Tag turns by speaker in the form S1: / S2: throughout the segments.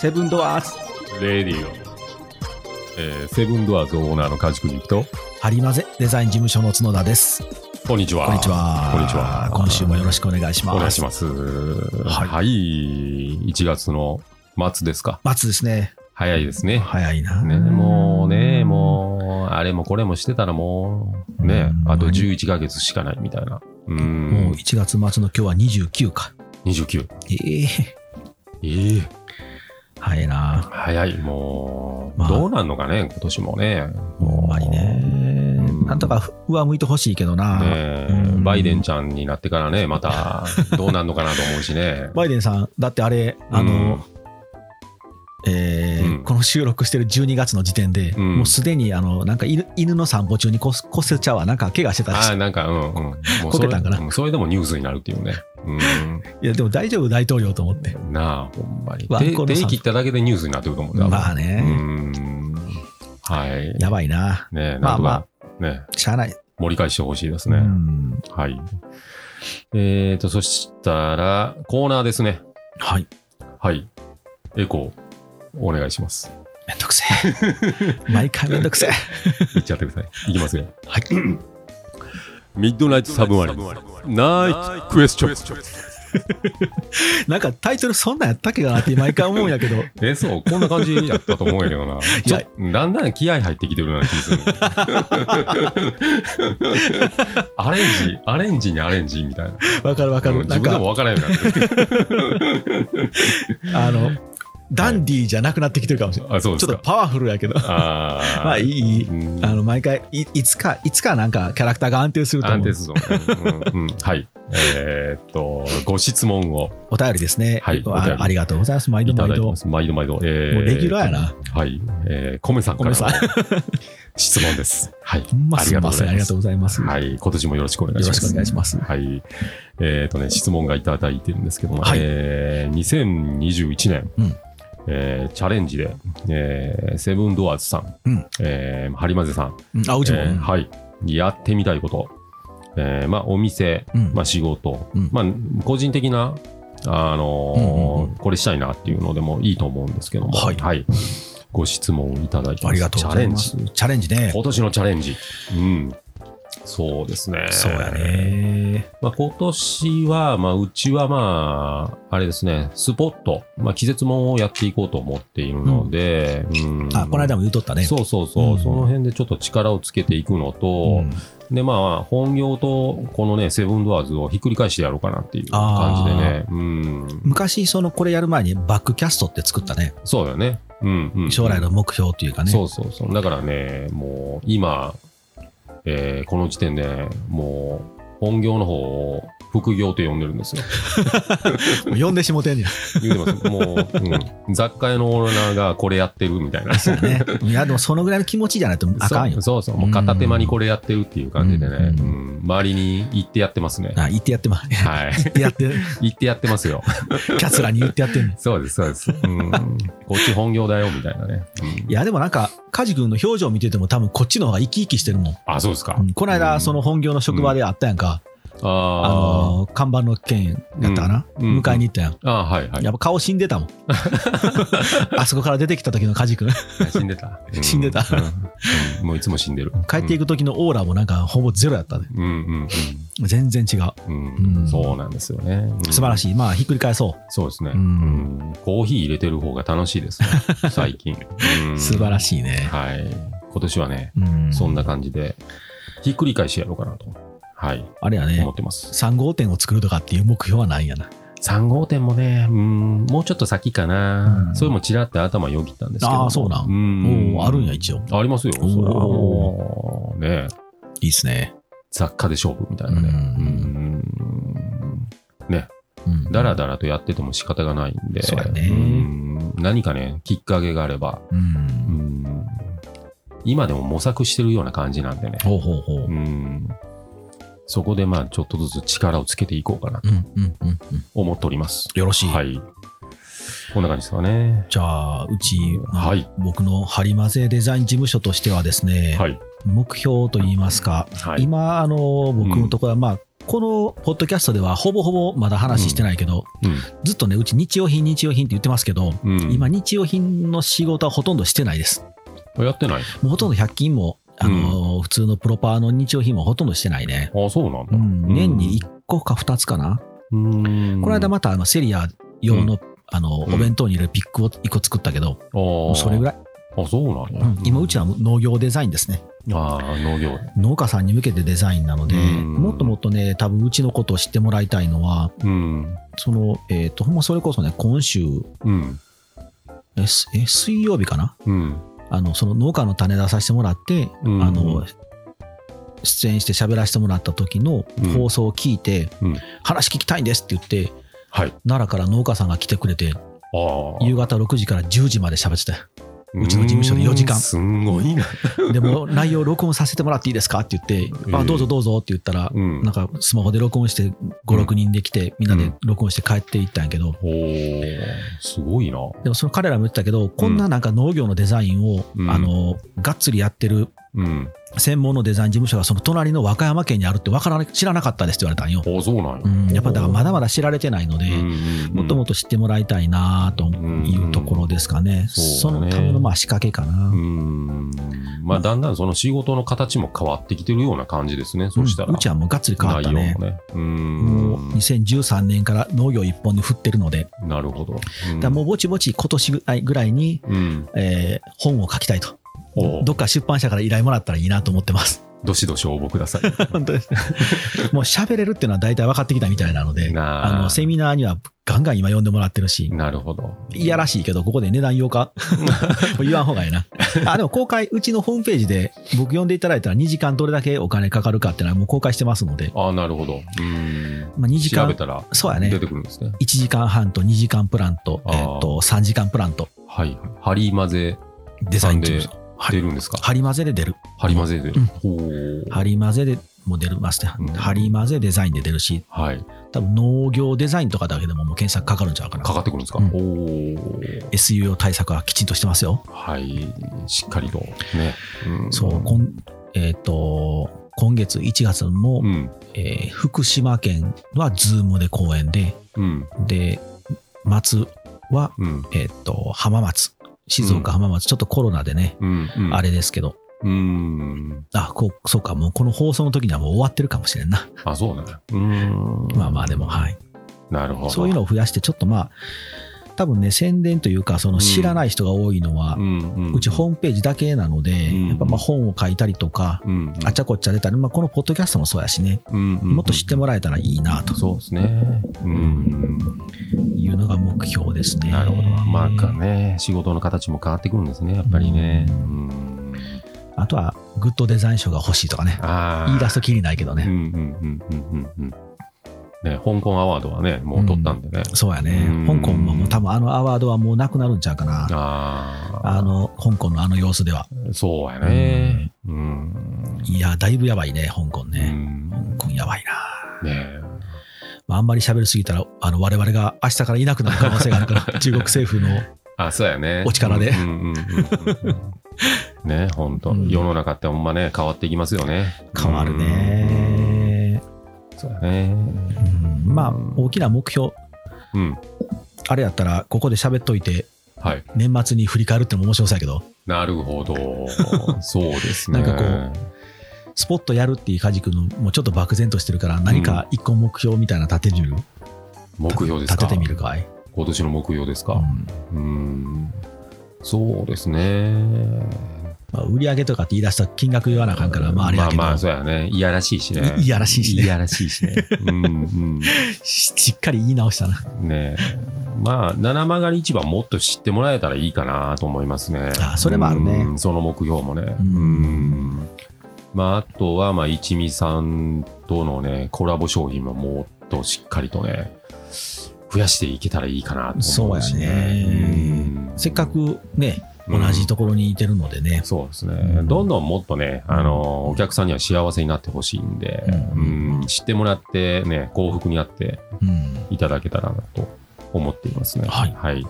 S1: セブンドアーズ
S2: レディオ、えーセブンドアーズオーナーの梶栗と、
S3: ハリマゼデザイン事務所の角田です。
S2: こんにちは。
S3: こんにちは。
S2: こんにちは。
S3: 今週もよろしくお願いします。
S2: お願いします。はい、1月の末ですか。
S3: 松ですね。
S2: 早いですね。
S3: 早いな。
S2: ね、もうね、もう、あれもこれもしてたらもう、ね、
S3: うん
S2: あと11ヶ月しかないみたいな。う
S3: うんもう、1月末の今日は29か。
S2: 29。
S3: ええ
S2: ええ
S3: 早いな。
S2: 早い、もう、
S3: まあ
S2: どうなんのかね、今年もね。
S3: ほんまにね。
S2: うん
S3: なんとか上向いてほしいけどな。
S2: ね
S3: うん
S2: バイデンちゃんになってからね、また、どうなんのかなと思うし ね。
S3: バイデンさん、だってあれ、あの、えー
S2: うん
S3: この収録してる12月の時点で、
S2: うん
S3: もうすでにあのなんか犬犬の散歩中に骨骨折ちゃうわ、なんか怪我してたらし
S2: あ
S3: い
S2: あ、なんか、うん、うん。もう
S3: こ
S2: そ
S3: け
S2: れ
S3: たんかな
S2: うんそれでもニュースになるっていうね。
S3: いや、でも大丈夫、大統領と思って。
S2: うん。なあ、ほんまに。
S3: わ
S2: 手
S3: この
S2: 手
S3: さ
S2: 切っただけでニュースになってると思うんだよ。
S3: まあ
S2: う
S3: ね、
S2: ん。はい。
S3: やばいな、
S2: ねえ、
S3: ま
S2: なん
S3: あ
S2: とか、
S3: ま
S2: ね、
S3: しゃあない。
S2: 盛り返してほしいです
S3: う
S2: ね。
S3: ん
S2: はい。えーと、そしたら、コーナーですね。
S3: はい、
S2: はい。エコー、お願いします。
S3: めんどくせ え。毎回めんどくせえ。
S2: いっちゃってください。いきますよ。
S3: はい、
S2: ミッドナイトサブマリン。ナイトクエスチョン。
S3: なんかタイトルそんなんやったっけかなって毎回思うんやけど、
S2: え、そう、こんな感じやったと思うんやけ どな。ちょだんだん気合入ってきてるような気がする。 アレンジ、アレンジにアレンジみたいな。
S3: わかるわか
S2: うん
S3: る。な
S2: 自
S3: ん
S2: 分でも
S3: か、
S2: わからんようになってる。
S3: あの、ダンディーじゃなくなってきてるかもしれない。
S2: あ、そうで
S3: ち
S2: す
S3: ょっと
S2: か。
S3: パワフルやけど。
S2: あー
S3: まあいいいい
S2: うん
S3: あの毎回いいつかいつかなんかキャラクターが安定すると
S2: 安
S3: 思
S2: 定
S3: う
S2: するぞ。うんうんうんはい。えーっと、ご質問を
S3: お便りですね、
S2: はいお便
S3: あ
S2: り
S3: ありがとうございます毎度
S2: いた
S3: 毎
S2: だいて
S3: 度
S2: ます。毎度毎度。え
S3: もうレギュラーやな。
S2: はい。えー、コメさんからの
S3: コメさ
S2: 質問です。はい。
S3: ほんますいませんありがとう
S2: う
S3: ございます、よ
S2: はい。今年もよろしくお願い
S3: ろ
S2: しま
S3: しくお
S2: す。
S3: 願いします
S2: はい。えっ、とね、質問がいただいてるんですけども、
S3: はい
S2: えー2021年、
S3: うん
S2: えーチャレンジで、えーセブンドアーズさん、
S3: うん
S2: えーハリマゼさん、
S3: うんあうちも、
S2: えーはい、やってみたいこと、えーまあ、お店、
S3: うん
S2: まあ、仕事、
S3: うん
S2: まあ、個人的な、あのー
S3: うんうんうん
S2: これしたいなっていうのでもいいと思うんですけども、
S3: はい
S2: ご質問いただいてます
S3: ありがとうございます
S2: チャレンジ
S3: チャレンジね
S2: 今年のチャレンジ、うん、そうですね。
S3: そうやね
S2: まあ、今年は、まあ、うちはまあ、あれですね、スポット、まあ、季節もんをやっていこうと思っているので、うん
S3: あこの間も言うとったね
S2: そうそうそう、
S3: うん
S2: その辺でちょっと力をつけていくのと、
S3: ん
S2: で、まあ、本業と、このね、セブンドアーズをひっくり返してやろうかなっていう感じでね、うん、
S3: 昔そのこれやる前にバックキャストって作ったね
S2: そうだよね。うん、うん。
S3: 将来の目標というかね、
S2: そうそうそう。だからね、もう今、えーこの時点でもう本業の方を副業と呼んでるんで すよ。
S3: もう呼んでしもてんねん
S2: 言うてます。もう、うん、雑貨屋のオーナーがこれやってるみたいな。
S3: そうねいやでもそのぐらいの気持ちじゃないと あかんよ
S2: そうそうそう。もう片手間にこれやってるっていう感じでね、う
S3: うん
S2: ん周りに行ってやってますね。
S3: あ言ってやってま
S2: はい。
S3: 言ってやって
S2: 行ってやってますよ。
S3: キャスラに言ってやってんねん
S2: そうです、そうです。うん、こっち本業だよ、みたいなね。うん
S3: いやでもなんか梶君の表情見てても多分こっちの方が生き生きしてるもん
S2: あ、そうですか。
S3: うんこの
S2: う
S3: 間、
S2: ん
S3: その本業の職場であったやんか、あ
S2: あ
S3: のー看板の件やったかな、
S2: うんうん
S3: 迎えに行ったやん。
S2: ーあー、はいはい
S3: や。っぱ顔死んで たもん。あそこから出てきた時の梶君、
S2: 死んでた。う
S3: 死んでた
S2: うんもういつも死んでる。
S3: 帰っていく時のオーラもなんかほぼゼロやったね。
S2: うんうん
S3: 全然違う。
S2: うんう。
S3: うんん
S2: そうなんですよね。うん
S3: 素晴らしい。まあ、ひっくり返そ
S2: そうですね。
S3: う
S2: う
S3: ん
S2: んコーヒー入れてる方が楽しいですね。 最近。
S3: う。素晴ら
S2: い。
S3: しいね。
S2: はい。今年はね、
S3: うん、
S2: そんな感じで、ひっくり返してやろうかなと。はい。
S3: あれやね
S2: 思っ、てます。
S3: 3号店を作るとかっていう目標はないんやな。
S2: 3号店もね、うん、もうちょっと先かな
S3: う。ん
S2: それもちらって頭よぎったんですけど。
S3: あーそうなん
S2: ん
S3: おーあるんや、一応。
S2: ありますよ。それはもうねえ
S3: いいっすね。
S2: 雑貨で勝負みたいなね。
S3: う
S2: うんね、
S3: うん
S2: だらだらとやってても仕方がないんで、
S3: そうやね
S2: ん何かね、きっかけがあれば、
S3: う。
S2: うんん今でも模索してるような感じなんでね、
S3: ほうほうほう。う
S2: うんんそこでまあちょっとずつ力をつけていこうかなと
S3: うんうんうん。
S2: 思っております。
S3: よろしい。
S2: はい。こんな感じですかね。
S3: じゃあ、うち、
S2: はい。
S3: 僕のハリマゼデザイン事務所としてはですね、
S2: はい。
S3: 目標といいますか、
S2: はい。
S3: 今あの僕のところはまあ、このポッドキャストではほぼほぼまだ話してないけど、
S2: う
S3: ずっとね、うち日用品、日用品って言ってますけど、
S2: ん。うん、
S3: 今、日用品の仕事はほとんどしてないです。
S2: やってない
S3: もうほとんど100均も、あのー普通のプロパーの日用品もほとんどしてないね。
S2: ああ、そうなん
S3: う
S2: だ。
S3: ん、年に1個か2つかな。
S2: うん。
S3: この間
S2: ま、
S3: またあのセリア用の、あの
S2: うん
S3: お弁当に入れるピックを1個作ったけど、も
S2: あ
S3: うそれぐ
S2: らい。
S3: らい、
S2: あそうなん
S3: う
S2: や。
S3: ん今うちは農業デザインですね
S2: ああ、農業。
S3: 農家さんに向けてデザインなので、
S2: うん
S3: もっともっとね多分うちのことを知ってもらいたいのは
S2: うん。
S3: そのえっ、とほんまそれこそね今週
S2: うん。
S3: えすえ水曜日かな
S2: うん。
S3: あのその農家の種出させてもらって、
S2: うん
S3: あの出演して喋らせてもらった時の
S2: うん
S3: 放送を聞いて、
S2: うん
S3: 話聞きたいんですって言って
S2: はい。
S3: 奈良から農家さんが来てくれて
S2: ああ。
S3: 夕方6時から10時まで喋ってたよ うちの事務所で4時間
S2: うんすんごいな。
S3: でも内容録音させてもらっていいですかって言って、
S2: え
S3: あ
S2: え
S3: どうぞどうぞって言ったら、
S2: うん
S3: なんかスマホで録音して5、6人で来て、みんなで録音して帰っていったんやけど、
S2: おーすごいな。
S3: でもその彼らも言ってたけど、こんななんか農業のデザインを、
S2: うん
S3: あのがっつりやってる
S2: うん。
S3: 専門のデザイン事務所がその隣の和歌山県にあるってわからな知らなかったですって言われたんよ。
S2: あそうなんや。
S3: うん、やっぱだからまだまだ知られてないので、
S2: うん、
S3: もっともっと知ってもらいたいなというところですかね。
S2: そ
S3: そう
S2: だね
S3: のためのまあ仕掛けかな。
S2: うん。まあ、だんだんその仕事の形も変わってきてるような感じですね、そうしたら。
S3: うんうちはもうがっつり変わったね
S2: 内。容もね。う。
S3: もうん2013年から農業一本に振ってるので、
S2: なるほど。う
S3: だか
S2: ん
S3: らもうぼちぼち今年ぐらいぐらいに、
S2: うん。
S3: えー本を書きたいと
S2: おう。
S3: どっか出版社から依頼もらったらいいなと思って ます。
S2: どしどし応募くだ さい。
S3: 本当です。もう喋れるっていうのは大体分かってきたみたいなので、
S2: なあ
S3: あのセミナーにはガンガン今呼んでもらってるし、
S2: なるほど。
S3: いやらしいけど、ここで値段言おう か。もう言わん方がいいな。あ、でも公開、うちのホームページで僕呼んでいただいたら2時間どれだけお金かかるかっていうのはもう公開してますので、
S2: ああ、なるほど。うん。
S3: まあ、2時
S2: 調べ
S3: 間、
S2: たら
S3: そうやね
S2: 出てくるんですね。
S3: 1時間半と2時間プランと、
S2: あ
S3: え
S2: ー
S3: っ、と、3時間プランと、
S2: はい。張り混ぜ
S3: デザインチーム
S2: なん出るんですか
S3: 張り混ぜで出る。
S2: 張り混ぜで。
S3: うん
S2: ほう
S3: 張り混ぜでも出るますね
S2: うん。
S3: 張り混ぜデザインで出るし、
S2: はい。
S3: 多分農業デザインとかだけでももう検索かかるんちゃうかな。
S2: かかってくるんですか、
S3: うん
S2: おお。
S3: SEO 対策はきちんとしてますよ。
S2: はい。しっかりと。ね。うん
S3: そう、こんえっ、と、今月1月も、
S2: うん。
S3: えー福島県はズームで公演で、
S2: うん。
S3: で、松は、
S2: うん。
S3: えっ、と、浜松。静岡浜松、ちょっとコロナでね、
S2: うん。うん
S3: あれですけど、
S2: うん。
S3: あ、こう、そうか、もうこの放送の時にはもう終わってるかもしれんな。
S2: あ、そうね。うん。
S3: まあまあ、でも、はい。
S2: なるほど。
S3: そういうのを増やして、ちょっとまあ、多分ね、宣伝というか、その知らない人が多いのは
S2: う、ん、うん。
S3: うちホームページだけなので、
S2: うん
S3: やっぱまあ本を書いたりとか、
S2: うん。
S3: あちゃこっちゃ出たり、まあ、このポッドキャストもそうやしね、
S2: うん、うん。
S3: もっと知ってもらえたらいいなと
S2: そうですね。うん。
S3: いうのが目標ですね。
S2: なるほど。まあかね、仕事の形も変わってくるんですね、やっぱりね。うん。
S3: あとは、グッドデザイン賞が欲しいとかね、
S2: ああ。
S3: 言い出すときりないけど
S2: うん
S3: ね、
S2: うんうんうんうんうん。ね、香港アワードはね、もう取ったんでね。
S3: そうやね、
S2: うん
S3: 香港ももう多分あのアワードはもうなくなるんちゃうかな、
S2: ああ。
S3: あの香港のあの様子では。
S2: そうやね。うん。
S3: いや、だいぶやばいね、香港
S2: う
S3: ね。
S2: ん
S3: 香港やばいな。
S2: ね
S3: まあ、あんまり喋りすぎたら、あの我々が明日からいなくなる可能性がある から、中国政府の、
S2: あ、そうやね。
S3: お力で
S2: うんうんうんうんうん ね、本当、
S3: うん
S2: 世の中ってほんまね、変わっていきますよね。
S3: 変わるね。
S2: うん。そうやね。
S3: うんまあ、大きな目標、
S2: うん。
S3: あれやったら、ここで喋っといて、
S2: はい。
S3: 年末に振り返るってのも面白そうやけど、
S2: なるほど。そうですね。
S3: なんかスポットやるっていうカジ君のもうちょっと漠然としてるから、何か一個目標みたいなの立てる、
S2: 目標です
S3: 立
S2: か
S3: ててみるかい。
S2: 今年の目標です
S3: う
S2: か。
S3: ん
S2: うん。そうですね。
S3: まあ、売り上げとかって言い出したら金額言わなあかんから、まああれやけど、
S2: まあまあ、そうやね。いやらしいしね。
S3: いいやらしいしね
S2: いやらしいしね。うんうん。
S3: ししっかり言い直したな。
S2: ねえまあ、七曲り市場もっと知ってもらえたらいいかなと思いますね。
S3: あそれもあるね
S2: うんその目標もね。う
S3: うん
S2: ん。まあ、あとは、まあ、一味さんとのね、コラボ商品ももっとしっかりとね、増やしていけたらいいかなと思うし
S3: そうやね
S2: うん
S3: せっかくね、
S2: う
S3: 同
S2: ん
S3: じところにいてるのでね、
S2: そうですね、
S3: うん
S2: どんどんもっとね、あのお客さんには幸せになってほしいんで、う
S3: うん
S2: 知ってもらって、ね、幸福になって
S3: うん
S2: いただけたらなと思っていますね。
S3: はい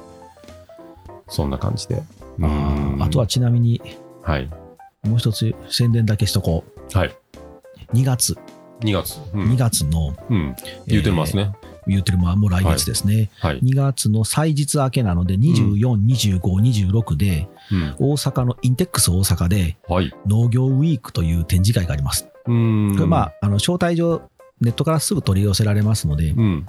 S2: そんな感じで。うん
S3: あとは、ちなみに、
S2: はい。
S3: もう一つ宣伝だけしとこう。
S2: はい。
S3: 2月
S2: 2月。う
S3: 2
S2: ん。
S3: 月の、
S2: うん、言うてますね。
S3: 言うてるまあもう来月ですね、
S2: はい。
S3: 2月の祭日明けなので、24、25、26で、
S2: うん。
S3: 大阪のインテックス大阪で
S2: はい。
S3: 農業ウィークという展示会があります。
S2: う
S3: これ
S2: ん。
S3: まあ、あの招待状、ネットからすぐ取り寄せられますので、
S2: うん。うん。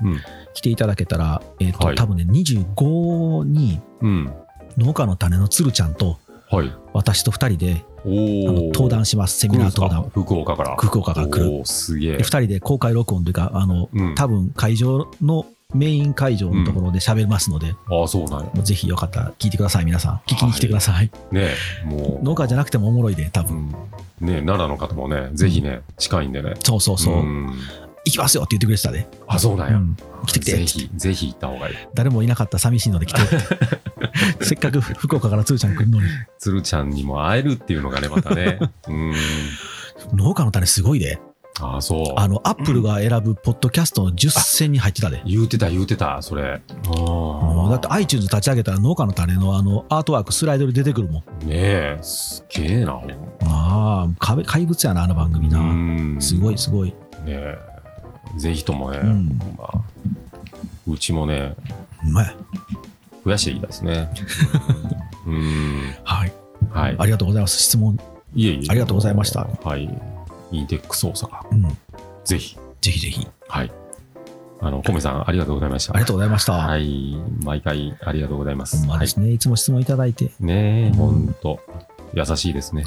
S3: 来ていただけたら、えっ、と、
S2: はい
S3: 多分ね、25に
S2: うん。
S3: 農家の種のつるちゃんと
S2: はい。
S3: 私と2人であ
S2: お
S3: の
S2: お。
S3: 登壇します、セミナー登
S2: あ
S3: 壇。
S2: 福岡から。
S3: 福岡から来る。
S2: おーすげ
S3: で
S2: え
S3: 2。人で公開録音というか、あの、
S2: うん。
S3: 多分会場のメイン会場のところで喋りますので、
S2: ああ、そうなんや。
S3: もうぜひよかったら聞いてください、皆さん。聞きに来てください。
S2: ねえ、もう。
S3: 農家じゃなくてもおもろいで、多
S2: う
S3: 分。
S2: ん。ねえ、奈良の方もね、ぜひね、近いんでね。
S3: そうそうそう。
S2: ん
S3: 行きますよって言ってくれてたで。
S2: あ、そうなん
S3: う
S2: や。
S3: ん、来てきて
S2: ぜ。ひ、ぜひ行った方がいい。
S3: 誰もいなかったら寂しいので来 て。せっかく福岡からつーちゃん来るのに。
S2: 鶴ちゃんにも会えるっていうのがね、ま たね。うん。
S3: 農家の種すごいで。
S2: ああ、そう。
S3: あの、アップルが選ぶポッドキャストの10選に入ってたで。
S2: 言うてた、言うてた、それ。あ
S3: う
S2: あ。
S3: んだって iTunes 立ち上げたら農家の種のあのアートワークスライドで出てくるもん。
S2: ねえ、すげえな。ほんま
S3: ああ、怪怪物やな、あの番組な。
S2: うん
S3: すごいすごい。
S2: ねえぜひともね、
S3: うん
S2: まあ、うちもね、
S3: うまい。
S2: 増やしていきたいですね。うん、
S3: はい。
S2: はい。
S3: ありがとうございます。質問。
S2: いえいえ。
S3: ありがとうございました
S2: はい。インテックス大阪、
S3: うん。
S2: ぜひ。
S3: ぜひぜひ。
S2: はい。あの、コメさん、ありがとうございました。
S3: ありがとうございました。
S2: はい。毎回、ありがとうございま
S3: ほ
S2: す。
S3: んま
S2: は
S3: で
S2: い。
S3: すね。いつも質問いただいて、
S2: ねえ、ほんと、優しいですね。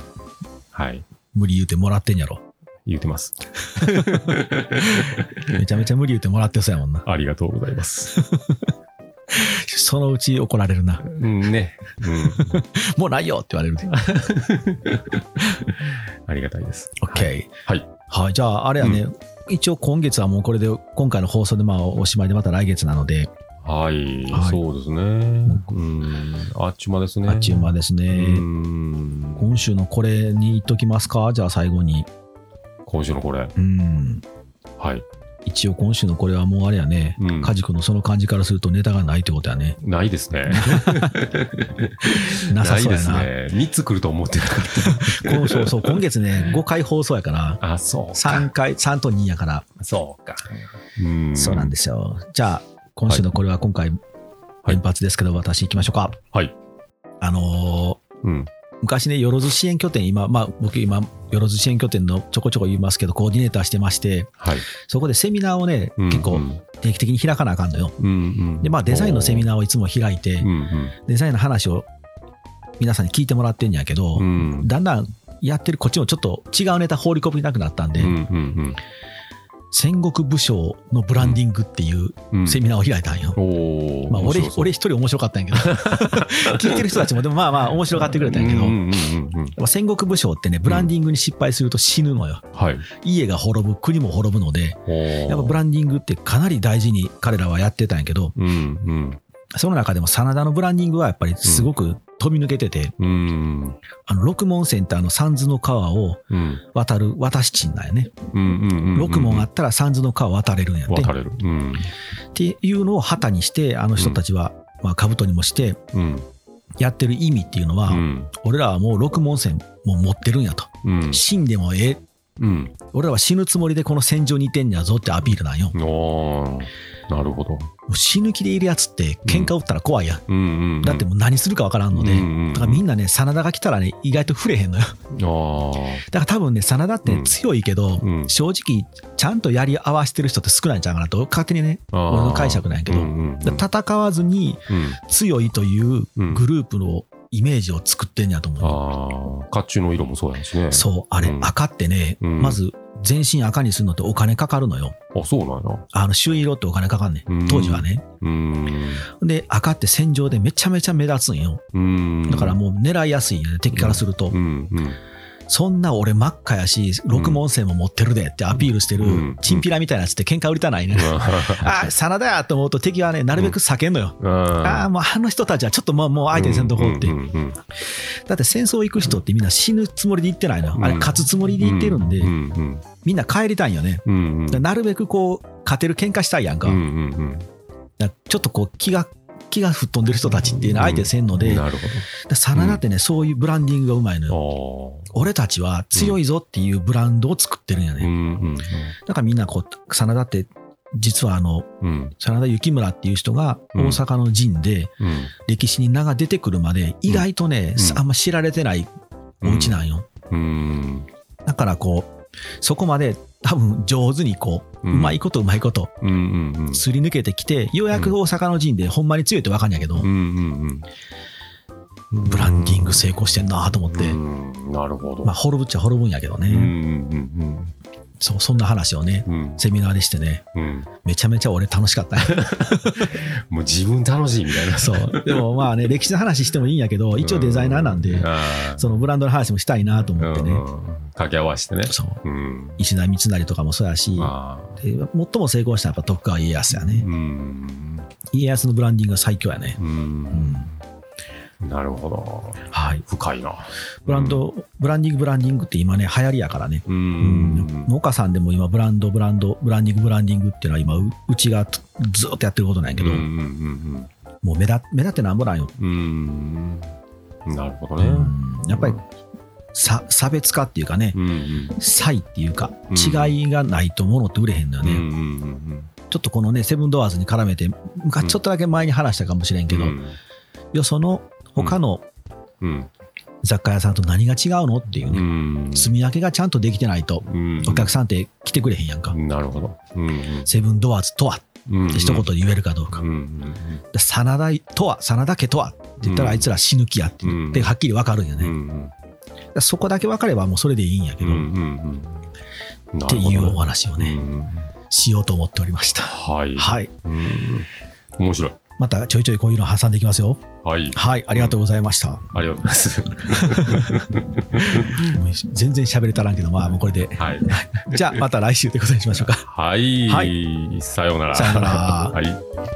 S2: はい。
S3: 無理言うてもらってんやろ。
S2: 言うてます。
S3: めちゃめちゃ無理言うてもらってそうやもんな。
S2: ありがとうございます。
S3: そのうち怒られるな
S2: う。ん、ね。うん。
S3: もうないよって言われるで。
S2: ありがたいです。
S3: OK。
S2: はい。
S3: はい。じゃあ、あれやね、一応今月はもうこれで、今回の放送でまあおしまいでまた来月なので、
S2: はい、
S3: はい
S2: そうですね。うん、あっちゅう間ですね。
S3: あっちゅう間です
S2: う
S3: ね。
S2: ん。
S3: 今週のこれに言っときますかじゃあ最後に。
S2: 今週のこれ。
S3: うん。
S2: はい。
S3: 一応今週のこれはもうあれやね。
S2: うん
S3: カジ君のその感じからするとネタがないってことやね。
S2: ないですね。
S3: なさそうやな。
S2: いですね。3つ来ると思ってなかっ
S3: こうそうそう、今月 ね、5回放送やから、
S2: た。あ、そう。
S3: 3回、3と2やから、
S2: そうか。うん。
S3: そうなん
S2: で
S3: ですよ。じゃあ、今週のこれは今回、
S2: い
S3: 連発ですけど、私行きましょうか。
S2: はい。
S3: あのー
S2: うん。
S3: 昔ね、よろず支援拠点、今、まあ、僕今、よろず支援拠点のちょこちょこ言いますけど、コーディネーターしてまして、
S2: はい。
S3: そこでセミナーをね、
S2: うん
S3: 結
S2: う
S3: 構
S2: ん
S3: 定期的に開かなあかんのよ。
S2: うん。
S3: で、まあ、デザインのセミ
S2: ー。
S3: ナーをいつも開いて
S2: う、ん
S3: デザインの話を皆さんに聞いてもらってんやけど
S2: う、ん。うん。
S3: だんだんやってるこっちもちょっと違うネタ放り込みなくなったんで
S2: う、んうん
S3: 戦国武将のブランディングっていう
S2: うん。
S3: セミナーを開いたんよ。
S2: ナー。おー。
S3: まあ、俺
S2: 面白そう
S3: 俺一人面白かったんやけ ど聞いてる人たちもでもまあまあ面白がってくれたんやけど、
S2: うんう
S3: やっ
S2: んうんうん。
S3: ぱ戦国武将ってねブランディングに失敗すると死ぬのよ
S2: はい。
S3: 家が滅ぶ国も滅ぶので
S2: おー。
S3: やっぱブランディングってかなり大事に彼らはやってたんやけど
S2: うん
S3: その中でも真田のブランディングはやっぱりすごく飛び抜けてて、
S2: うん。うん。
S3: あの六門センターの三途の川を
S2: うん。
S3: 渡る渡し地なんやね、
S2: うんうんうん。
S3: 六門あったら三途の川渡れるんやって
S2: 渡れる。うん。
S3: っていうのを旗にしてあの人たちは、まあ、兜にもして
S2: うん。
S3: やってる意味っていうのは、
S2: うん。
S3: 俺らはもう六門線も持ってるんやと
S2: うん。
S3: 死んでもええ
S2: うん。
S3: 俺らは死ぬつもりでこの戦場にいてんやぞってアピールなんよも
S2: おー。なるほど。
S3: う死ぬ気でいるやつって喧嘩打ったら怖いやん、
S2: うんうんうん。
S3: だってもう何するかわからんので、だからみ
S2: ん
S3: んなね真田が来たらね意外と触れへんの よ
S2: な。ああ。
S3: だから多分ね真田ってね
S2: うん
S3: 強いけど、
S2: うん
S3: 正直ちゃんとやり合わせてる人って少ないんちゃうかなと勝手にね
S2: 俺
S3: 俺の解釈なんやけど
S2: うんうんうん、
S3: だから戦わずに
S2: うん
S3: 強いという
S2: うん
S3: グループのイメージを作ってんやと思うよ、
S2: ああ、甲冑の色もそうやしね。
S3: そうあれ、
S2: うん
S3: 赤ってね、
S2: うん
S3: まず全身赤にするのってお金かかるのよ、
S2: あ、そうなんや。
S3: あの朱色ってお金かかんね
S2: うん
S3: ん当時はね
S2: うーん。
S3: で赤って戦場でめちゃめちゃ目立つんよ
S2: うーん。
S3: だからもう狙いやすいよね敵からすると、
S2: うん、うん。
S3: そんな俺真っ赤やし六門線も持ってるでってアピールしてる
S2: うん
S3: チンピラみたいなやつって喧嘩売りたないね、 あ真田やと思うと敵はねなるべく避けんのよ、ああ
S2: あ
S3: もうあの人たちはちょっともうもう相手にせんとこうって、
S2: うんうんうん
S3: だって戦争行く人ってみんな死ぬつもりで行ってないのよ、あれ
S2: うん
S3: 勝つつもりで行ってるんで、
S2: うんうん
S3: みんな帰りたいんよね
S2: うんうんうん
S3: だからなるべくこう勝てる喧嘩したいやんか,、
S2: うんうんうん
S3: だからちょっとこう気が気が吹っ飛んでる人たちっていうのは相手せんので、
S2: なる
S3: で真田ってね、そういうブランディングがうまいのよ。
S2: ほど。あ
S3: 俺たちは強いぞっていうブランドを作ってるんや
S2: あ。う
S3: ね。
S2: んうん
S3: だからみんなこう、真田って、実はあの、
S2: うん。うん
S3: 真田幸村っていう人が大阪の陣で、
S2: うん。
S3: 歴史に名が出てくるまで、意外とね、
S2: うん
S3: あんま知られてないお家なんよ。
S2: うん。
S3: だからこう、そこまで多分上手にこう、
S2: う
S3: うんまいことうまいこと
S2: うんうんうん。
S3: すり抜けてきて、ようやく大阪の陣でほんまに強いってわかんやけど、
S2: うんうんうん。
S3: ブランディング成功してんなと思って、
S2: うんなるほど。
S3: まあ、滅ぶっちゃ滅ぶんやけどね、
S2: うんうん
S3: そうそんな話をね
S2: うんうん。
S3: セミナーでしてね
S2: うんうん。
S3: めちゃめちゃ俺楽しかったよ
S2: もう自分楽しいみたいな。
S3: そうでも まあね歴史の話してもいいんやけど 一応デザイナーなんで、
S2: うああ
S3: そのブランドの話もしたいなと思ってね、
S2: うんうん掛け合わせてね。
S3: そう
S2: うん。
S3: 石田三成とかもそうやし、
S2: ああ。
S3: で最も成功したのはやっぱ徳川家康やね、
S2: うん。
S3: 家康のブランディングが最強やね
S2: う。
S3: うんん
S2: なるほど。
S3: はい
S2: 深いな。
S3: ブランド、ブランディングブランディングって今ね流行りやからね
S2: うん。
S3: うん農家さんでも今ブランドブランドブランディングブランディングっていうのは今ううちがずずーっとやってることなんやけ
S2: うん
S3: ど、
S2: うん
S3: もう目立目立ってなんぼなんよ、
S2: うんうん。うん。なるほどね。
S3: うんやっぱりさ差別化っていうかね
S2: うんうん。
S3: 差異っていうか
S2: うん
S3: 違いがないと物って売れへんのよ
S2: うん
S3: ね、
S2: うんうん
S3: ちょっとこのねセブンドアーズに絡めて昔ちょっとだけ前に話したかもしれんけど、
S2: うん
S3: よその他の
S2: うん
S3: 雑貨屋さんと何が違うのっていう
S2: う
S3: ね、
S2: ん
S3: 積み分けがちゃんとできてないと
S2: うん
S3: お客さんって来てくれへんやんか、
S2: なるほど。うん
S3: セブンドアーズとはって
S2: うんうん
S3: 一言で言えるかどうか、
S2: うんうん
S3: で真田とは真田家とはって言ったら
S2: うん
S3: あいつら死ぬ気やって
S2: う
S3: 言
S2: ん
S3: ってはっきり分かるんよ
S2: うんう
S3: ね、
S2: ん
S3: そこだけ分かればもうそれでいいんやけ
S2: うん
S3: ど、
S2: う
S3: っ
S2: んうんうんな
S3: て
S2: るほどね
S3: いうお話をね、
S2: うん
S3: しようと思っておりました
S2: はい。
S3: はい
S2: うん面白い。
S3: またちょいちょいこういうの挟んでいきますよ
S2: はい。
S3: はいありがとうございました、
S2: ありがとうござい ます。
S3: もう全然喋れたらんけどまあもうこれで
S2: はい。
S3: じゃあまた来週ということにしましょうか
S2: はい。
S3: は
S2: さようなら。
S3: さようなら
S2: はい。